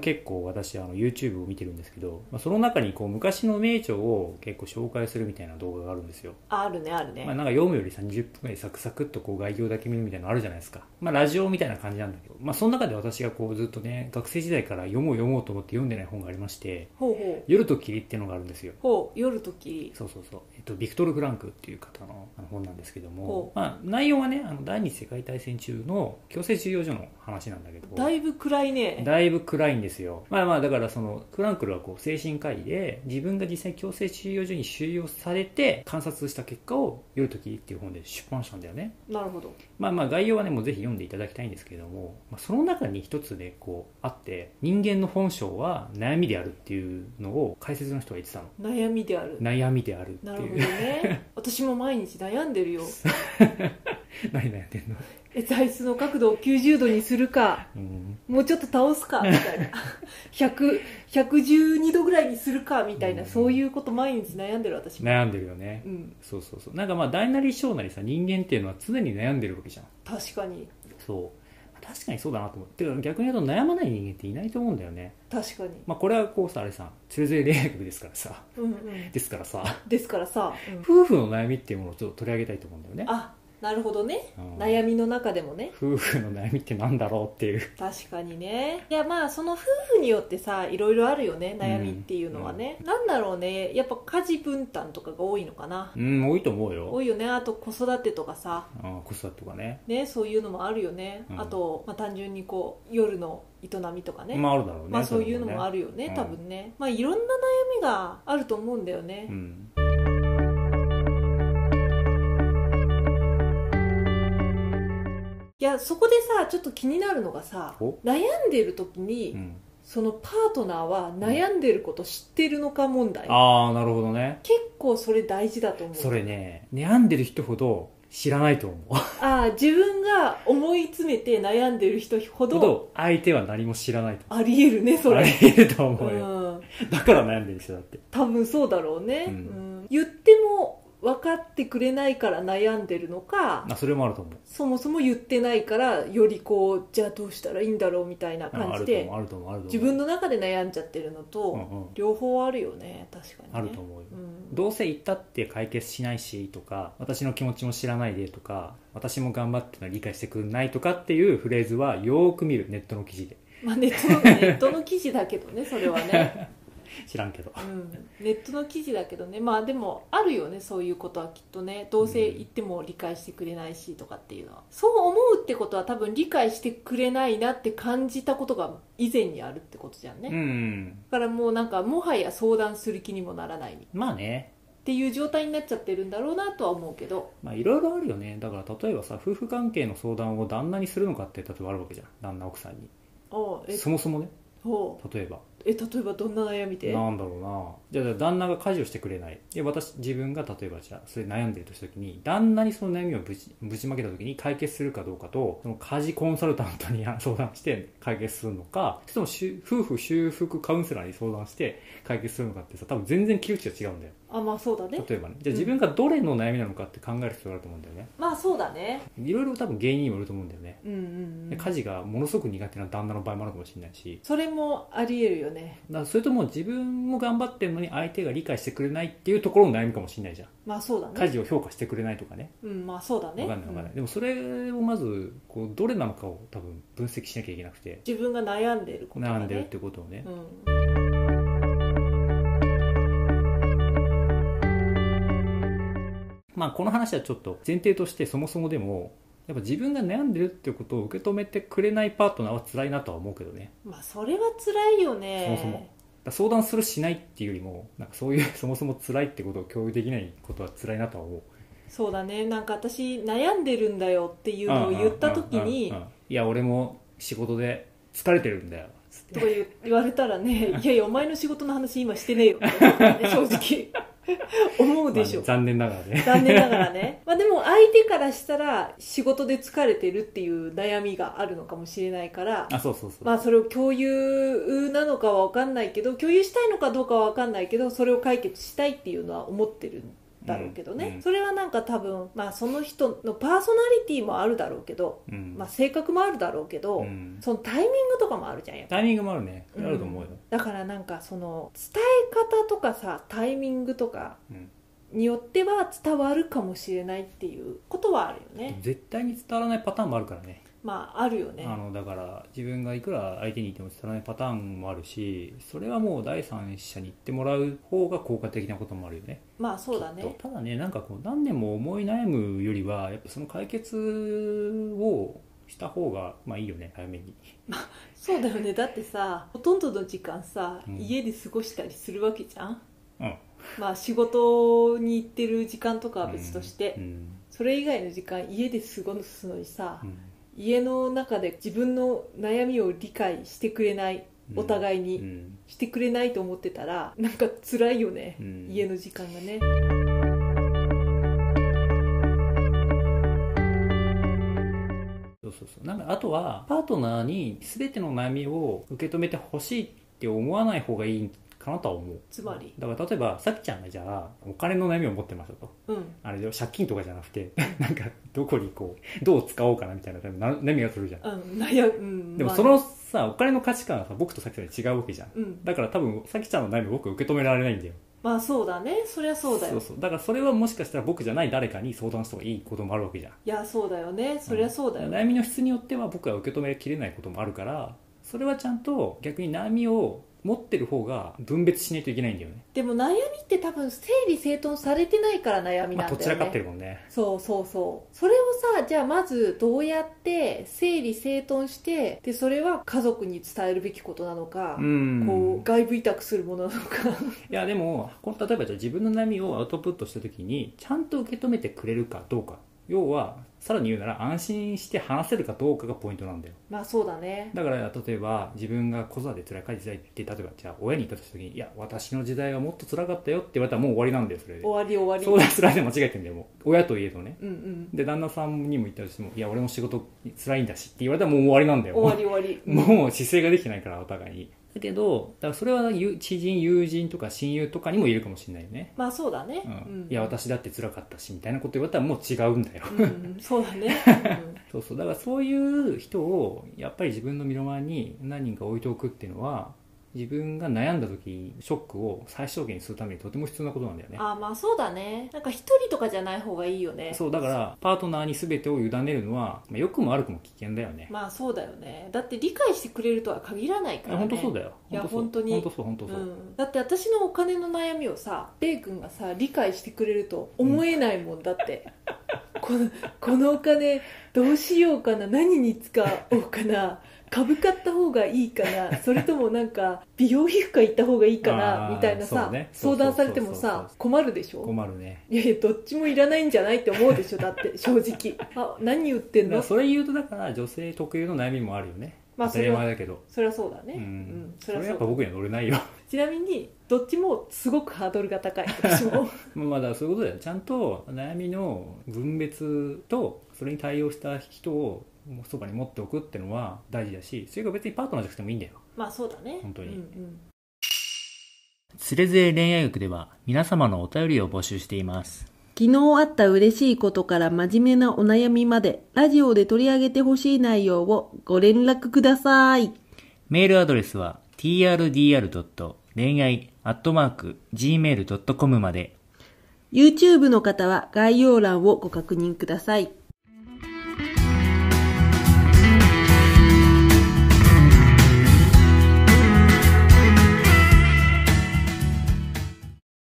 結構私あの YouTube を見てるんですけど、まあ、その中にこう昔の名著を結構紹介するみたいな動画があるんですよ、あるねあるね、まあ、なんか読むより30分ぐらいサクサクっとこう概要だけ見るみたいなのあるじゃないですか、まあ、ラジオみたいな感じなんだけど、まあ、その中で私がこうずっとね学生時代から読もう読もうと思って読んでない本がありましてほうほ「夜と霧」っていうのがあるんですようほう夜ときそうそうそう、えっと、ビクトル・フランクっていう方のあの本なんですけどもほ、まあ、内容はねあの第二次世界大戦中の強制収容所の話なんだけどだいぶ暗いねだいぶ暗いんですよまあまあだからそのクランクルはこう精神科医で自分が実際強制収容所に収容されて観察した結果を「夜と霧」っていう本で出版したんだよねなるほどまあまあ概要はねもうぜひ読んでいただきたいんですけれども、まあ、その中に一つでこうあって人間の本性は悩みであるっていうのを解説の人が言ってたの悩みである悩みであるってなるほどいうね私も毎日悩んでるよ 何悩んでんの、え座椅子の角度を90度にするかうん、もうちょっと倒すかみた いな100 112度ぐらいにするかみたいな、うんそういうこと毎日悩んでる私も、悩んでるよねうんそうそうそうなんかまあ大なり小なりさ人間っていうのは常に悩んでるわけじゃん確かにそう確かにそうだなと思っててか逆に言うと悩まない人間っていないと思うんだよね確かにまあこれはこうさあれさんそれぞれ恋愛学ですからさ うんうんですからさですからさ、うん夫婦の悩みっていうものをちょっと取り上げたいと思うんだよね、あなるほどねうん悩みの中でもね夫婦の悩みってなんだろうっていう確かにねいやまあその夫婦によってさいろいろあるよね悩みっていうのはね、なんだろうねやっぱ家事分担とかが多いのかな、うん多いと思うよ多いよねあと子育てとかさうん子育てとかねねそういうのもあるよね、うんあと、まあ、単純にこう夜の営みとかね、ままああるだろうあねそういうのもあるるよねうん多分ね、まあいろんな悩みがあると思うんだよね、うんいやそこでさちょっと気になるのがさお悩んでる時に、うんそのパートナーは悩んでること知ってるのか問題、ああなるほどね結構それ大事だと思うそれね悩んでる人ほど知らないと思うああ自分が思い詰めて悩んでる人ほほどど相手は何も知らないとありえるねそ思うあれ、り得るとう思うよ、ん、だから悩んでる人だって多分そうだろうね、ううんん言っても分かってくれないから悩んでるのかまあそれもあると思うそもそも言ってないからよりこうじゃあどうしたらいいんだろうみたいな感あるじとで思うあると思うあると思う自分の中で悩んじゃってるのうとんうん両方あるよね確かに、ね、あると思うよ、うん、どうせ行ったって解決しないしとか私の気持ちも知らないでとか私も頑張っての理解してくんないとかっていうフレーズはよーく見るネットの記事でまあ、ネットの ネットの記事だけどねそれはね、知らんけどうん、ネットの記事だけどねまあでもあるよねそういうことはきっとねどうせ言っても理解してくれないしとかっていうのはそう思うってことは多分理解してくれないなって感じたことが以前にあるってことじゃんね、うだんからもうなんかもはや相談する気にもならないまあねっていう状態になっちゃってるんだろうなとは思うけどまあいろいろあるよねだから例えばさ夫婦関係の相談を旦那にするのかって例えばあるわけじゃん旦那奥さんにおうえそもそもねおう例えばえ例えばどんな悩みでなんだろうなじゃあじゃあ旦那が家事をしてくれないで私自分が例えばじゃあそれ悩んでるとした時に旦那にその悩みをぶちぶちまけた時に解決するかどうかとその家事コンサルタントに相談して解決するのかそれともしゅ夫婦修復カウンセラーに相談して解決するのかってさ多分全然切り口が違うんだよあまあそうだね例えばねじゃあ自分がどれの悩みなのかって考える必要があると思うんだよねまあそうだねいろいろ多分原因にもよると思うんだよねうんうん、うでん、家事がものすごく苦手な旦那の場合もあるかもしれないしそれもありえるよねだからそれとも自分も頑張ってるのに相手が理解してくれないっていうところの悩みかもしれないじゃんまあそうだね家事を評価してくれないとかねうんまあそうだね分かんない分かんない、でもそれをまずこうどれなのかを多分分析しなきゃいけなくてうん自分が悩んでることが、ね、悩んでるってことをね、うんまあこの話はちょっと前提としてそもそもでもやっぱ自分が悩んでるってことを受け止めてくれないパートナーは辛いなとは思うけどねまあそれは辛いよねそもそもだから相談するしないっていうよりもなんかそういうそもそも辛いってことを共有できないことは辛いなとは思うそうだねなんか私悩んでるんだよっていうのをうんうん言った時にうんうんうんいや俺も仕事で疲れてるんだよつってとか言う言われたらねいやいやお前の仕事の話今してね えよって思うからね正直思うでしょまあ残念ながらね 残念ながらね。まあでも相手からしたら仕事で疲れてるっていう悩みがあるのかもしれないから、あそうそうそう、まあそれを共有なのかはわかんないけど、共有したいのかどうかはわかんないけど、それを解決したいっていうのは思ってるだろうけどね、うんそれはなんか多分、まあ、その人のパーソナリティもあるだろうけど、うんまあ、性格もあるだろうけど、うんそのタイミングとかもあるじゃんやっぱタイミングもあるねあうんると思うよ、だからなんかその伝え方とかさタイミングとかうんによっては伝わるかもしれないっていうことはあるよね、絶対に伝わらないパターンもあるからねまああるよねあのだから自分がいくら相手にいても伝わらないパターンもあるしそれはもう第三者に言ってもらう方が効果的なこともあるよねまあそうだねただねなんかこう何年も思い悩むよりはやっぱその解決をした方がまあいいよね早めにそうだよねだってさほとんどの時間さ、うん家で過ごしたりするわけじゃんうんまあ仕事に行ってる時間とかは別として、うんそれ以外の時間家で過ごすのにさ、うん家の中で自分の悩みを理解してくれないうんお互いに、うんしてくれないと思ってたらなんか辛いよね、うん家の時間がねそうそうそうなんかあとはパートナーに全ての悩みを受け止めてほしいって思わない方がいいかなとは思うつまりだから例えばさきちゃんがじゃあお金の悩みを持ってましたとうんあれで借金とかじゃなくてなんかどこにこうどう使おうかなみたいなな悩みがするじゃんうん悩むうんでもまあそのさお金の価値観がさ僕とさきちゃんで違うわけじゃんうんだから多分さきちゃんの悩み僕は受け止められないんだよまあそうだねそりゃそうだよそうそうだからそれはもしかしたら僕じゃない誰かに相談した方がいいこともあるわけじゃんいやそうだよねそりゃそうだよね、悩みの質によっては僕は受け止めきれないこともあるからそれはちゃんと逆に悩みを持ってる方が分別しないといけないんだよねでも悩みって多分整理整頓されてないから悩みまなあどんだよね、ちらかってるもんねそうそうそうそれをさじゃあまずどうやって整理整頓してでそれは家族に伝えるべきことなのか、うんこう外部委託するものなのか いやでもこの例えばじゃあ自分の悩みをアウトプットした時にちゃんと受け止めてくれるかどうか要はさらに言うなら安心して話せるかどうかがポイントなんだよまあそうだねだから例えば自分が子育て辛い時代って例えばじゃあ親に言った時に「いや私の時代はもっと辛かったよ」って言われたらもう終わりなんだよそれで終わり終わり相談辛いで間違えてんだよもう親といえどねうんうんで旦那さんにも言ったとしても「いや俺も仕事辛いんだし」って言われたらもう終わりなんだよ終わり終わり もう姿勢ができてないからお互いにだけどだからそれは友知人友人とか親友とかにも言えるかもしれないよね、まあそうだね、ううんん、いや私だって辛かったしみたいなこと言われたらもう違うん だよ、う んうんそうだね、そうそうだからそういう人をやっぱり自分の身の回りに何人か置いておくっていうのは自分が悩んだ時ショックを最小限にするためにとても必要なことなんだようねん、あまあそうだねなんか一人とかじゃない方がいいよねそうだからパートナーに全てを委ねるのはまあ良くも悪くも危険だよねまあそうだよねだって理解してくれるとは限らないいから、やね、本当そうだよいやそう本当に本当そう本当そう、うん、だって私のお金の悩みをさベイ君がさ理解してくれると思えないもんだって、このこのお金どうしようかな何に使おうかな株買った方がいいかなそれともなんか美容皮膚科行った方がいいかなあーみたいなさ、そうね相談されてもそうそうそうさそう困るでしょ困るねいやいやどっちもいらないんじゃないって思うでしょだって正直あ何言ってだんからのそれ言うとだから女性特有の悩みもあるよね、まあ当たり前だけどそりゃそうだね、ううんんそそりれゃはそやっうぱだ僕には乗れないよ ちなみにどっちもすごくハードルが高い私もまあまあだからそういうことだよちゃんと悩みの分別とそれに対応した人をそばに持っておくってのは大事だしそれが別にパートナーじゃなくてもいいんだよまあそうだね本当にうんうんつれづれ恋愛学では皆様のお便りを募集しています昨日あった嬉しいことから真面目なお悩みまで、ラジオで取り上げてほしい内容をご連絡ください。メールアドレスは trdr. 恋愛 .gmail.com まで YouTube の方は概要欄をご確認ください。